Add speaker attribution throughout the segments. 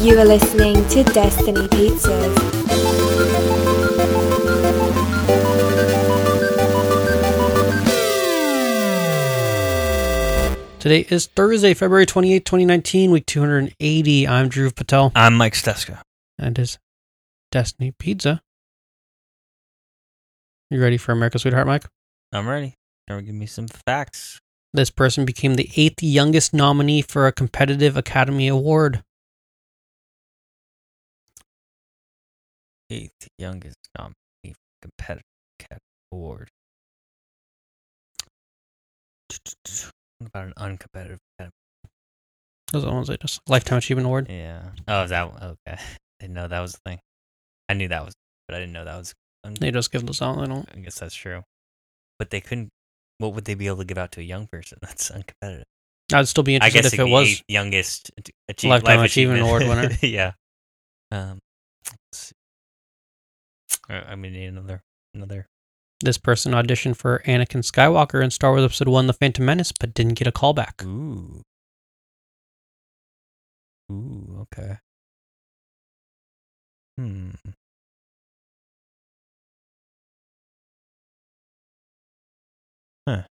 Speaker 1: You are listening to Destiny Pizzas.
Speaker 2: Today is Thursday, February 28, 2019, week 280. I'm Drew Patel.
Speaker 3: I'm Mike Steska.
Speaker 2: and is Destiny Pizza. You ready for America's Sweetheart, Mike?
Speaker 3: I'm ready. Now give me some facts.
Speaker 2: This person became the eighth youngest nominee for a competitive Academy Award.
Speaker 3: Eighth youngest nominee for competitive Academy award. What About an uncompetitive Academy.
Speaker 2: Those are the ones I just Lifetime Achievement Award.
Speaker 3: Yeah. Oh, is that one? Okay. Didn't know that was a thing. I knew that was, but I didn't know that was. un-
Speaker 2: They just give those out. They don't.
Speaker 3: I guess that's true. But they couldn't. What would they be able to give out to a young person? That's uncompetitive.
Speaker 2: I'd still be
Speaker 3: I
Speaker 2: interested
Speaker 3: guess
Speaker 2: if
Speaker 3: it'd
Speaker 2: it
Speaker 3: be
Speaker 2: was.
Speaker 3: eighth youngest ach- achie-
Speaker 2: Lifetime
Speaker 3: life
Speaker 2: Achievement Award winner.
Speaker 3: yeah. Um, let's see. Uh, I'm gonna need another another
Speaker 2: This person auditioned for Anakin Skywalker in Star Wars Episode One: The Phantom Menace, but didn't get a callback.
Speaker 3: Ooh. Ooh, okay. Hmm. Huh.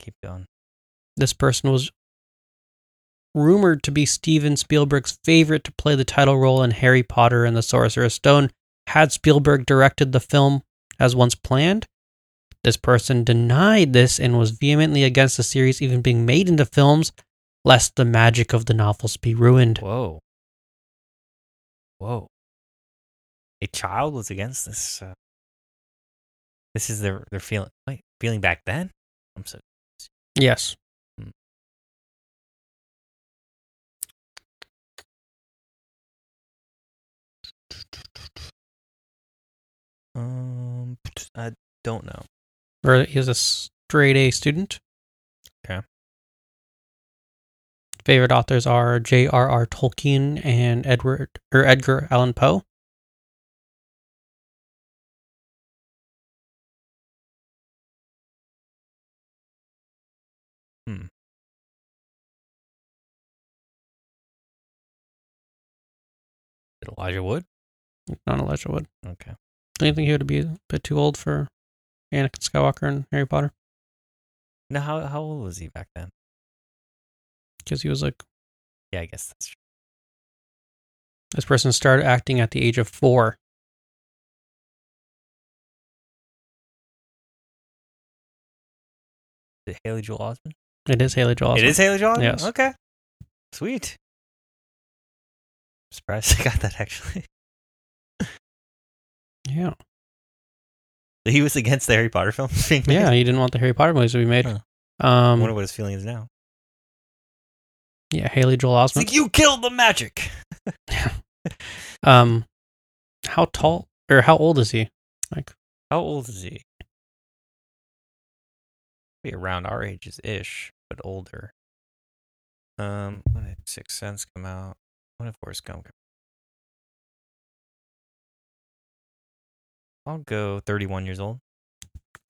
Speaker 3: Keep going.
Speaker 2: This person was rumored to be Steven Spielberg's favorite to play the title role in Harry Potter and the Sorcerer's Stone. Had Spielberg directed the film as once planned, this person denied this and was vehemently against the series even being made into films, lest the magic of the novels be ruined.
Speaker 3: Whoa. Whoa. A child was against this. Uh, this is their their feeling. Wait, feeling back then. I'm so
Speaker 2: Yes.
Speaker 3: um. I don't know.
Speaker 2: Or he was a straight A student.
Speaker 3: Okay.
Speaker 2: Favorite authors are J.R.R. Tolkien and Edward or Edgar Allan Poe.
Speaker 3: Hmm. Elijah Wood.
Speaker 2: Not Elijah Wood.
Speaker 3: Okay.
Speaker 2: Do you think he would be a bit too old for Anakin Skywalker and Harry Potter?
Speaker 3: Now, how how old was he back then?
Speaker 2: Because he was like,
Speaker 3: Yeah, I guess that's true.
Speaker 2: this person started acting at the age of four.
Speaker 3: Is it Haley Joel Osment?
Speaker 2: It is Haley Joel Osment.
Speaker 3: It is Haley Joel Osment.
Speaker 2: Yes.
Speaker 3: Okay. Sweet. I'm surprised I got that actually.
Speaker 2: Yeah.
Speaker 3: He was against the Harry Potter film. being made?
Speaker 2: Yeah, he didn't want the Harry Potter movies to be made.
Speaker 3: Huh. I wonder
Speaker 2: Um,
Speaker 3: what his feeling is now.
Speaker 2: yeah, Haley Joel Osment.
Speaker 3: It's like you killed the magic.
Speaker 2: Um, how tall or how old is he? Like,
Speaker 3: How old is he? Be around our ages ish, but older. Um, when did Sixth Sense come out? When did Forrest Gump come? I'll go thirty-one years old.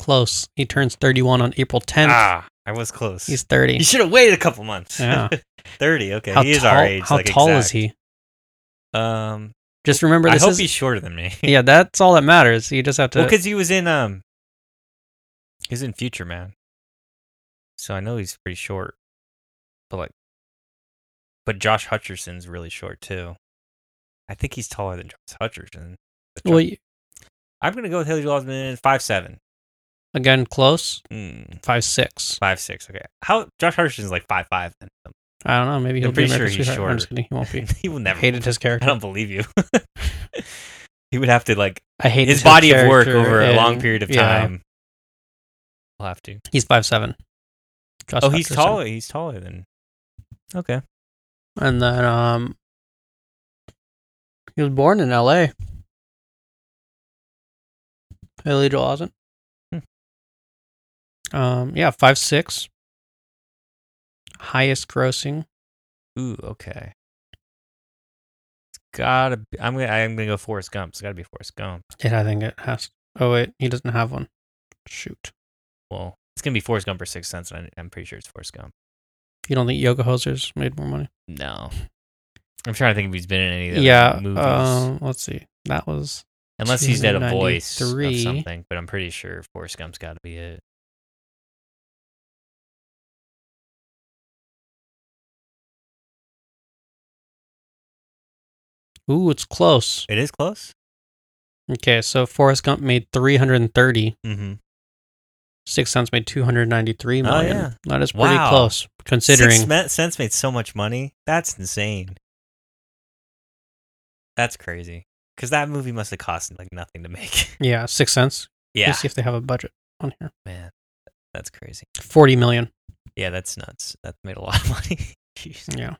Speaker 2: close. He turns 31 on April 10th.
Speaker 3: ah, I was close.
Speaker 2: He's 30.
Speaker 3: you should have waited a couple months.
Speaker 2: Yeah.
Speaker 3: thirty. Okay,
Speaker 2: how
Speaker 3: he is
Speaker 2: tall,
Speaker 3: our age.
Speaker 2: How
Speaker 3: like,
Speaker 2: tall is
Speaker 3: exact.
Speaker 2: he?
Speaker 3: Um,
Speaker 2: Just remember
Speaker 3: I
Speaker 2: this
Speaker 3: hope
Speaker 2: is.
Speaker 3: he's shorter than me.
Speaker 2: yeah, that's all that matters. You just have to.
Speaker 3: Well, because he was in um, he was in Future Man, so I know he's pretty short, but like, but Josh Hutcherson's really short too. I think he's taller than Josh Hutcherson. But
Speaker 2: well,
Speaker 3: Josh-
Speaker 2: you-
Speaker 3: I'm gonna go with Haley Joel Osment five seven,
Speaker 2: again, close.
Speaker 3: mm,
Speaker 2: Five six.
Speaker 3: five six. Okay, how Josh Hutcherson's like five five.
Speaker 2: I don't know. Maybe he'll
Speaker 3: I'm
Speaker 2: be
Speaker 3: pretty sure
Speaker 2: America's
Speaker 3: he's
Speaker 2: Sweetheart. I'm just
Speaker 3: shorter.
Speaker 2: kidding. He won't be.
Speaker 3: he will never.
Speaker 2: hated his
Speaker 3: I
Speaker 2: character.
Speaker 3: don't believe you. he would have to like
Speaker 2: I hate
Speaker 3: his body of work over a long period of time. I'll have to.
Speaker 2: He's five seven.
Speaker 3: oh, he's taller. He's taller than. Okay.
Speaker 2: And then um, he was born in L.A. Haley Joel Osment.
Speaker 3: Hmm.
Speaker 2: Um, yeah, five six. Highest grossing.
Speaker 3: Ooh, okay. It's gotta. Be, I'm gonna. I'm gonna go Forrest Gump. It's gotta be Forrest Gump.
Speaker 2: Yeah, I think it has. Oh wait, he doesn't have one. Shoot.
Speaker 3: Well, it's gonna be Forrest Gump or Sixth Sense, and I, I'm pretty sure it's Forrest Gump.
Speaker 2: You don't think Yoga Hoser's made more money?
Speaker 3: No. I'm trying to think if he's been in any of the
Speaker 2: yeah.
Speaker 3: movies.
Speaker 2: Um, let's see. That was
Speaker 3: Unless he's did a voice of
Speaker 2: 1993.
Speaker 3: something, but I'm pretty sure Forrest Gump's got to be it.
Speaker 2: ooh, it's close.
Speaker 3: It is close.
Speaker 2: Okay, so Forrest Gump made 330.
Speaker 3: Mm-hmm.
Speaker 2: Six Sense made 293
Speaker 3: Oh,
Speaker 2: million.
Speaker 3: yeah.
Speaker 2: That is pretty
Speaker 3: Wow.
Speaker 2: close considering.
Speaker 3: Sixth Ma- Sense made so much money. That's insane. That's crazy. Because that movie must have cost like nothing to make.
Speaker 2: yeah, Six Sense.
Speaker 3: yeah,
Speaker 2: Let's see if they have a budget on here.
Speaker 3: man, that's crazy.
Speaker 2: 40 million.
Speaker 3: Yeah, that's nuts. That made a lot of money. Jeez.
Speaker 2: Yeah.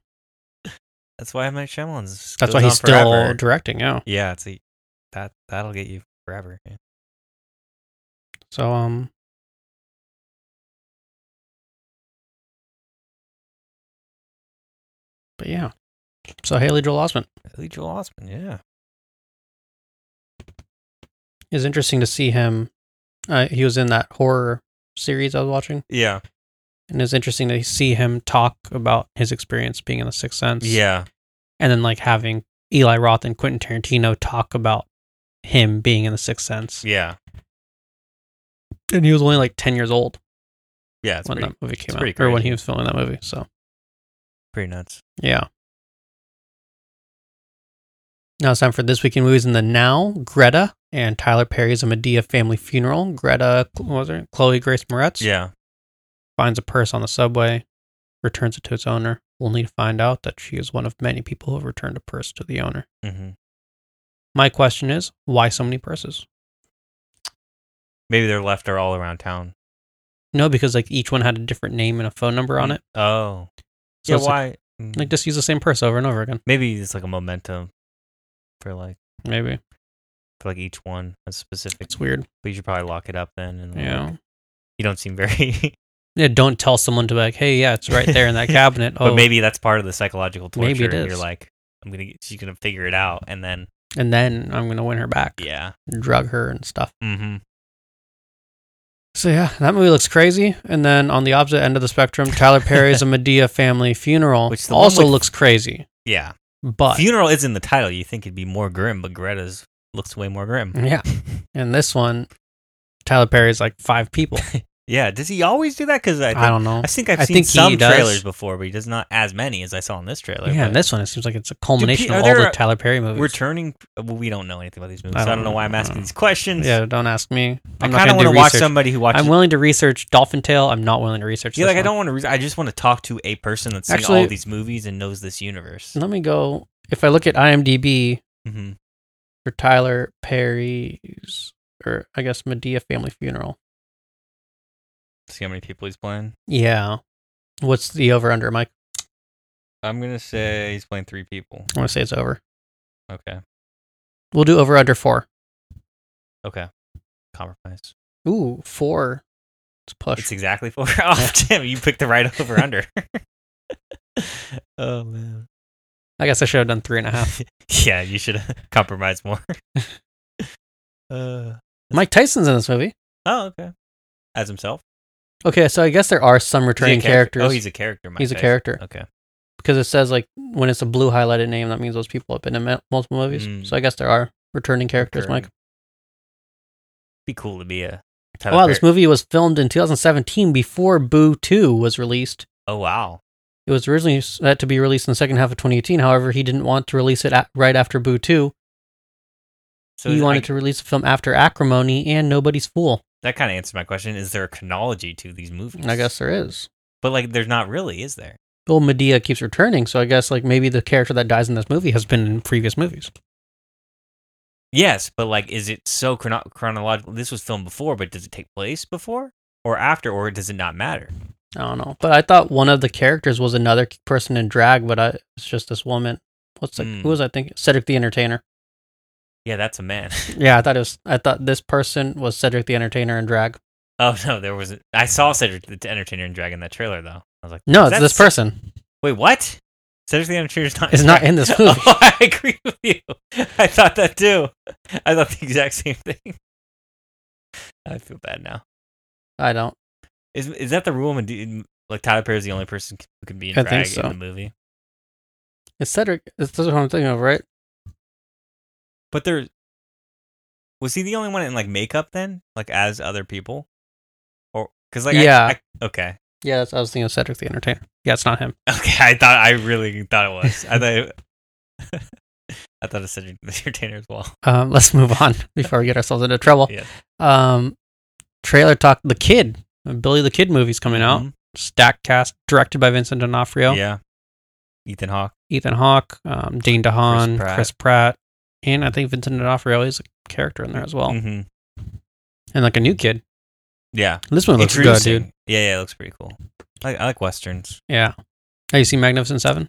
Speaker 3: That's why M Night Shyamalan's.
Speaker 2: That's
Speaker 3: goes
Speaker 2: why
Speaker 3: on
Speaker 2: he's still
Speaker 3: forever.
Speaker 2: directing. Yeah.
Speaker 3: yeah, it's a, that that'll get you forever. yeah.
Speaker 2: So um But yeah. So Haley Joel Osment
Speaker 3: Lee Joel Osment. Yeah,
Speaker 2: is interesting to see him. Uh, he was in that horror series I was watching,
Speaker 3: yeah,
Speaker 2: and it's interesting to see him talk about his experience being in The Sixth Sense.
Speaker 3: yeah,
Speaker 2: and then like having Eli Roth and Quentin Tarantino talk about him being in The Sixth Sense,
Speaker 3: yeah,
Speaker 2: and he was only like ten years old
Speaker 3: yeah. It's
Speaker 2: when
Speaker 3: pretty,
Speaker 2: that movie came out,
Speaker 3: pretty
Speaker 2: or when
Speaker 3: crazy.
Speaker 2: he was filming that movie. So
Speaker 3: pretty nuts.
Speaker 2: Yeah. Now it's time for this week in movies in the now. Greta and Tyler Perry's A Medea Family Funeral. Greta, what was her? Chloe Grace Moretz
Speaker 3: Yeah,
Speaker 2: finds a purse on the subway, returns it to its owner, only to find out that she is one of many people who have returned a purse to the owner.
Speaker 3: hmm
Speaker 2: My question is, why so many purses?
Speaker 3: maybe they're left are all around town.
Speaker 2: No, because like each one had a different name and a phone number on it.
Speaker 3: Oh,
Speaker 2: So
Speaker 3: yeah.
Speaker 2: it's like-
Speaker 3: Why? Mm.
Speaker 2: Like just use the same purse over and over again.
Speaker 3: maybe it's like a momentum for like
Speaker 2: Maybe.
Speaker 3: for like each one a specific.
Speaker 2: It's weird.
Speaker 3: But you should probably lock it up then. And like,
Speaker 2: Yeah.
Speaker 3: you don't seem very.
Speaker 2: Yeah, don't tell someone to be like, hey, yeah, it's right there in that cabinet. Oh,
Speaker 3: But maybe that's part of the psychological torture.
Speaker 2: Maybe it is.
Speaker 3: and You're like, I'm gonna. Get, she's gonna figure it out, and then
Speaker 2: and then I'm gonna win her back.
Speaker 3: yeah.
Speaker 2: drug her and stuff.
Speaker 3: Mm-hmm.
Speaker 2: So yeah, that movie looks crazy. And then on the opposite end of the spectrum, Tyler Perry's A Medea Family Funeral
Speaker 3: Which the one
Speaker 2: also
Speaker 3: with-
Speaker 2: looks crazy,
Speaker 3: Yeah.
Speaker 2: but
Speaker 3: Funeral is in the title. You think it'd be more grim, but Greta's looks way more grim.
Speaker 2: yeah. And this one, Tyler Perry's like five people.
Speaker 3: Yeah. Does he always do that? Because I, think,
Speaker 2: I don't know.
Speaker 3: I think I've
Speaker 2: I
Speaker 3: seen
Speaker 2: think he
Speaker 3: some
Speaker 2: does.
Speaker 3: trailers before, but he does not as many as I saw in this trailer.
Speaker 2: Yeah,
Speaker 3: but
Speaker 2: and this one it seems like it's a culmination
Speaker 3: pe- are
Speaker 2: of all the
Speaker 3: there-
Speaker 2: Tyler Perry movies.
Speaker 3: returning. Well, we don't know anything about these movies.
Speaker 2: I
Speaker 3: so I
Speaker 2: don't
Speaker 3: don't know why I'm
Speaker 2: know.
Speaker 3: asking these questions.
Speaker 2: yeah, don't ask me.
Speaker 3: I
Speaker 2: I'm
Speaker 3: kind of
Speaker 2: want to
Speaker 3: watch somebody who watches.
Speaker 2: I'm willing to research Dolphin Tale. I'm not willing to research.
Speaker 3: yeah,
Speaker 2: this
Speaker 3: like I
Speaker 2: one.
Speaker 3: don't want to. Re- I just want to talk to a person that's seen
Speaker 2: Actually- Mm.
Speaker 3: all these movies and knows this universe.
Speaker 2: Let me go. If I look at IMDb,
Speaker 3: hmm
Speaker 2: for Tyler Perry's, or I guess Medea Family Funeral.
Speaker 3: See how many people he's playing.
Speaker 2: Yeah. What's the over under, Mike?
Speaker 3: I'm gonna say he's playing three people.
Speaker 2: I want to say it's over.
Speaker 3: Okay.
Speaker 2: We'll do over under four.
Speaker 3: Okay. Compromise.
Speaker 2: Ooh, four. It's push.
Speaker 3: It's exactly four. Oh, damn! You picked the right over under. oh man.
Speaker 2: I guess I should have done three and a half.
Speaker 3: yeah, you should compromise more. uh,
Speaker 2: Mike Tyson's in this movie.
Speaker 3: oh, okay. As himself,
Speaker 2: Okay, so I guess there are some
Speaker 3: Is he a
Speaker 2: returning
Speaker 3: character?
Speaker 2: characters.
Speaker 3: Oh, he's a character. Mike
Speaker 2: He's a
Speaker 3: Tyson.
Speaker 2: character.
Speaker 3: Okay.
Speaker 2: because it says like when it's a blue highlighted name, that means those people have been in mul- multiple movies.
Speaker 3: Mm.
Speaker 2: So I guess there are returning characters,
Speaker 3: Recurring.
Speaker 2: Mike.
Speaker 3: Be cool to be a.
Speaker 2: Oh,
Speaker 3: Tyler
Speaker 2: wow,
Speaker 3: Perry-
Speaker 2: this movie was filmed in 2017 before Boo 2 was released.
Speaker 3: Oh wow.
Speaker 2: It was originally set to be released in the second half of 2018. However, he didn't want to release it at, right after Boo 2.
Speaker 3: So
Speaker 2: he
Speaker 3: is-
Speaker 2: wanted
Speaker 3: I-
Speaker 2: to release the film after Acrimony and Nobody's Fool.
Speaker 3: That kind of answered my question. Is there a chronology to these movies?
Speaker 2: I guess there is.
Speaker 3: But like, there's not really, is there?
Speaker 2: Well, Medea keeps returning, so I guess like maybe the character that dies in this movie has been in previous movies.
Speaker 3: Yes, but like, is it so chrono- chronological? This was filmed before, but does it take place before or after, or does it not matter?
Speaker 2: I don't know, but I thought one of the characters was another person in drag, but I, it's just this woman. What's the,
Speaker 3: Mm.
Speaker 2: who was I thinking? Cedric the Entertainer.
Speaker 3: Yeah, that's a man.
Speaker 2: Yeah, I thought it was. I thought this person was Cedric the Entertainer in drag.
Speaker 3: oh no, there was. A- I saw Cedric the Entertainer and Dragon that trailer though. I was like,
Speaker 2: No,
Speaker 3: is
Speaker 2: it's
Speaker 3: that
Speaker 2: this
Speaker 3: Ce-
Speaker 2: person.
Speaker 3: Wait, what? Cedric the Entertainer's not.
Speaker 2: It's not in this movie.
Speaker 3: Oh, I agree with you. I thought that too. I thought the exact same thing. I feel bad now.
Speaker 2: I don't.
Speaker 3: Is is that the rule in, Like Tyler Perry's the only person c- who can be in
Speaker 2: I think
Speaker 3: drag
Speaker 2: so.
Speaker 3: in the movie.
Speaker 2: It's Cedric. That's what I'm thinking of, right?
Speaker 3: But there was he the only one in like makeup then, like as other people, or because like I-
Speaker 2: Yeah.
Speaker 3: I, okay,
Speaker 2: Yeah, that's, I was thinking of Cedric the Entertainer. Yeah, it's not him.
Speaker 3: okay. I thought I really thought it was. I thought I thought it said entertainer as well.
Speaker 2: Um, let's move on before we get ourselves into trouble.
Speaker 3: Yeah.
Speaker 2: Um, trailer talk. The Kid, a Billy the Kid movie's coming out.
Speaker 3: Mhm.
Speaker 2: Stack cast, directed by Vincent D'Onofrio,
Speaker 3: Yeah, Ethan Hawke.
Speaker 2: Ethan Hawke, um, Dane DeHaan,
Speaker 3: Chris
Speaker 2: Chris,
Speaker 3: Pratt.
Speaker 2: Pratt, and I think Vincent D'Onofrio is a character in there as well,
Speaker 3: hmm
Speaker 2: and like a new kid.
Speaker 3: Yeah,
Speaker 2: This one looks good,
Speaker 3: Introducing.
Speaker 2: dude.
Speaker 3: Yeah, yeah, it looks pretty cool. I, I like westerns.
Speaker 2: Yeah. Have you seen Magnificent Seven?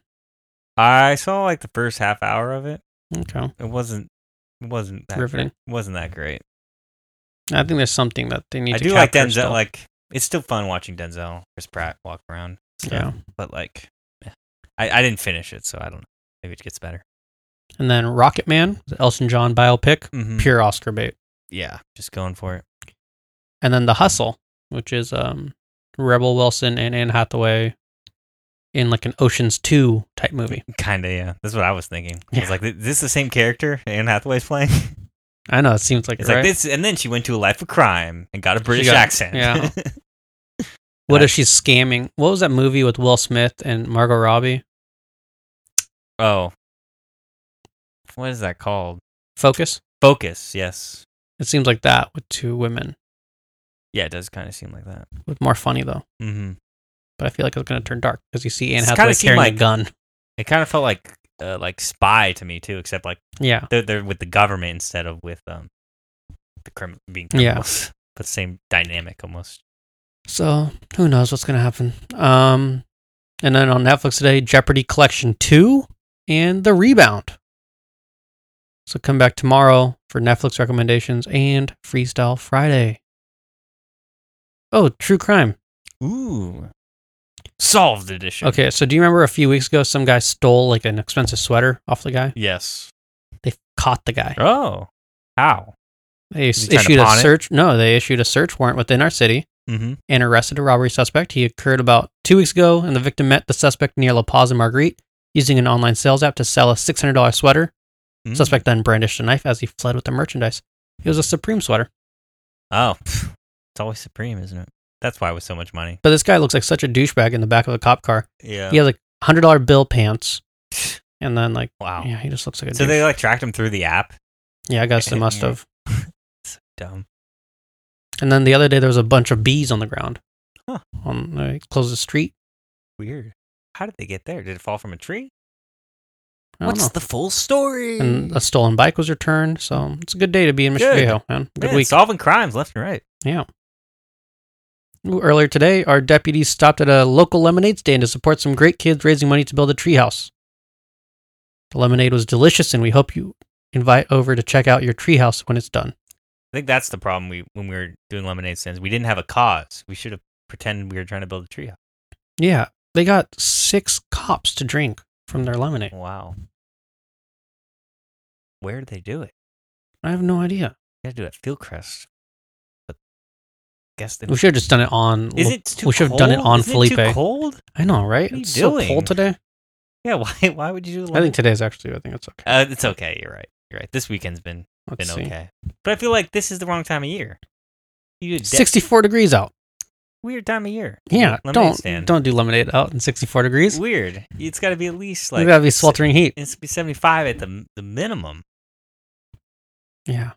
Speaker 3: I saw like the first half hour of it.
Speaker 2: Okay.
Speaker 3: It wasn't. It wasn't that
Speaker 2: Riveting.
Speaker 3: Great. Wasn't that great?
Speaker 2: I think there's something that they need
Speaker 3: I
Speaker 2: to
Speaker 3: do like
Speaker 2: capture
Speaker 3: Denzel.
Speaker 2: still.
Speaker 3: Like it's still fun watching Denzel, Chris Pratt walk around. stuff,
Speaker 2: yeah.
Speaker 3: But like, I, I didn't finish it, so I don't know. Maybe it gets better.
Speaker 2: And then Rocket Man, the Elton John biopic,
Speaker 3: Mm-hmm.
Speaker 2: pure Oscar bait.
Speaker 3: Yeah, just going for it.
Speaker 2: And then The Hustle, which is um, Rebel Wilson and Anne Hathaway in like an Ocean's 2 type movie.
Speaker 3: Kinda. Yeah, that's what I was thinking. I
Speaker 2: Yeah.
Speaker 3: was like, "Th- this is the same character Anne Hathaway's playing.
Speaker 2: I know, it seems like,
Speaker 3: It's
Speaker 2: it, right?
Speaker 3: like this, and then she went to a life of crime and got a British
Speaker 2: got-
Speaker 3: accent.
Speaker 2: yeah. What if she's scamming? What was that movie with Will Smith and Margot Robbie?
Speaker 3: oh, what is that called?
Speaker 2: Focus?
Speaker 3: Focus. Yes.
Speaker 2: It seems like that with two women.
Speaker 3: Yeah, it does kind of seem like that.
Speaker 2: With more funny, though.
Speaker 3: Mm-hmm.
Speaker 2: But I feel like it's going to turn dark because you see Anne
Speaker 3: It's
Speaker 2: Hathaway
Speaker 3: kinda seem
Speaker 2: carrying a
Speaker 3: like-
Speaker 2: gun.
Speaker 3: It kind of felt like uh, like spy to me too, except like
Speaker 2: Yeah.
Speaker 3: they're, they're with the government instead of with um the crim- being
Speaker 2: Yeah.
Speaker 3: criminals. But same dynamic almost.
Speaker 2: So who knows what's going to happen? Um, and then on Netflix today, Jeopardy Collection Two and The Rebound. So come back tomorrow for Netflix recommendations and Freestyle Friday. Oh, true crime.
Speaker 3: Ooh, solved edition.
Speaker 2: Okay, so do you remember a few weeks ago some guy stole like an expensive sweater off the guy?
Speaker 3: Yes.
Speaker 2: They caught the guy.
Speaker 3: Oh, how?
Speaker 2: They
Speaker 3: he
Speaker 2: s-
Speaker 3: trying to
Speaker 2: issued a
Speaker 3: pawn it?
Speaker 2: search. No, they issued a search warrant within our city.
Speaker 3: Mm-hmm.
Speaker 2: and arrested a robbery suspect. He occurred about two weeks ago, and the victim met the suspect near La Paz and Marguerite using an online sales app to sell a $600 sweater.
Speaker 3: Mm-hmm. Hmm.
Speaker 2: Suspect then brandished a knife as he fled with the merchandise. It was a Supreme sweater,
Speaker 3: Oh, pff, it's always supreme, isn't it? That's why it was so much money.
Speaker 2: but this guy looks like such a douchebag in the back of a cop car.
Speaker 3: Yeah.
Speaker 2: He has like $100 bill pants, and then like,
Speaker 3: Wow.
Speaker 2: yeah, he just looks like a
Speaker 3: So
Speaker 2: douche.
Speaker 3: they like tracked him through the app.
Speaker 2: yeah, I guess they must
Speaker 3: Yeah.
Speaker 2: have.
Speaker 3: Dumb.
Speaker 2: And then the other day there was a bunch of bees on the ground.
Speaker 3: Huh.
Speaker 2: On uh, close the street.
Speaker 3: Weird. How did they get there? Did it fall from a tree?
Speaker 2: I don't know.
Speaker 3: the full story?
Speaker 2: and a stolen bike was returned, so it's a good day to be in
Speaker 3: Mm. Good.
Speaker 2: Michigan, man. Good
Speaker 3: Yeah,
Speaker 2: week.
Speaker 3: Solving crimes left and right.
Speaker 2: Ooh, Earlier today, our deputies stopped at a local lemonade stand to support some great kids raising money to build a treehouse. The lemonade was delicious, and we hope you invite over to check out your treehouse when it's done.
Speaker 3: I think that's the problem. We when we were doing lemonade stands, we didn't have a cause. We should have pretended we were trying to build a treehouse.
Speaker 2: Yeah, they got six cops to drink from their lemonade.
Speaker 3: Wow. Where did they do it?
Speaker 2: I have no idea.
Speaker 3: You got to do it at Fieldcrest. But I guess they.
Speaker 2: We should have just done it on.
Speaker 3: Is it too?
Speaker 2: we should have done it
Speaker 3: cold?
Speaker 2: on
Speaker 3: Isn't It too
Speaker 2: Felipe.
Speaker 3: cold?
Speaker 2: I know, right?
Speaker 3: What are you
Speaker 2: it's so
Speaker 3: doing?
Speaker 2: cold today.
Speaker 3: Yeah. Why? Why would you do?
Speaker 2: I think
Speaker 3: lemon-
Speaker 2: today's actually. I think it's okay.
Speaker 3: Uh, it's okay. You're right. You're right. This weekend's been
Speaker 2: Let's see.
Speaker 3: been okay. But I feel like this is the wrong time of year. You did
Speaker 2: Sixty-four degrees out.
Speaker 3: weird time of year.
Speaker 2: Yeah,
Speaker 3: Lemonade
Speaker 2: don't
Speaker 3: stand.
Speaker 2: don't do lemonade out in sixty-four degrees.
Speaker 3: Weird. It's got to be at least
Speaker 2: you
Speaker 3: like
Speaker 2: gotta be
Speaker 3: s-
Speaker 2: sweltering heat.
Speaker 3: It's be seventy five at the the minimum.
Speaker 2: Yeah.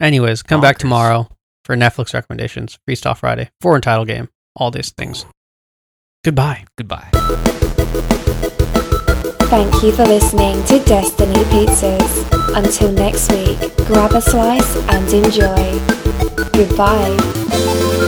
Speaker 2: Anyways, come back
Speaker 3: Bonkers.
Speaker 2: tomorrow for Netflix recommendations, Freestyle Friday, foreign title game, all these things. Goodbye.
Speaker 3: Goodbye.
Speaker 1: Thank you for listening to Destiny Pizzas. Until next week, grab a slice and enjoy. Goodbye.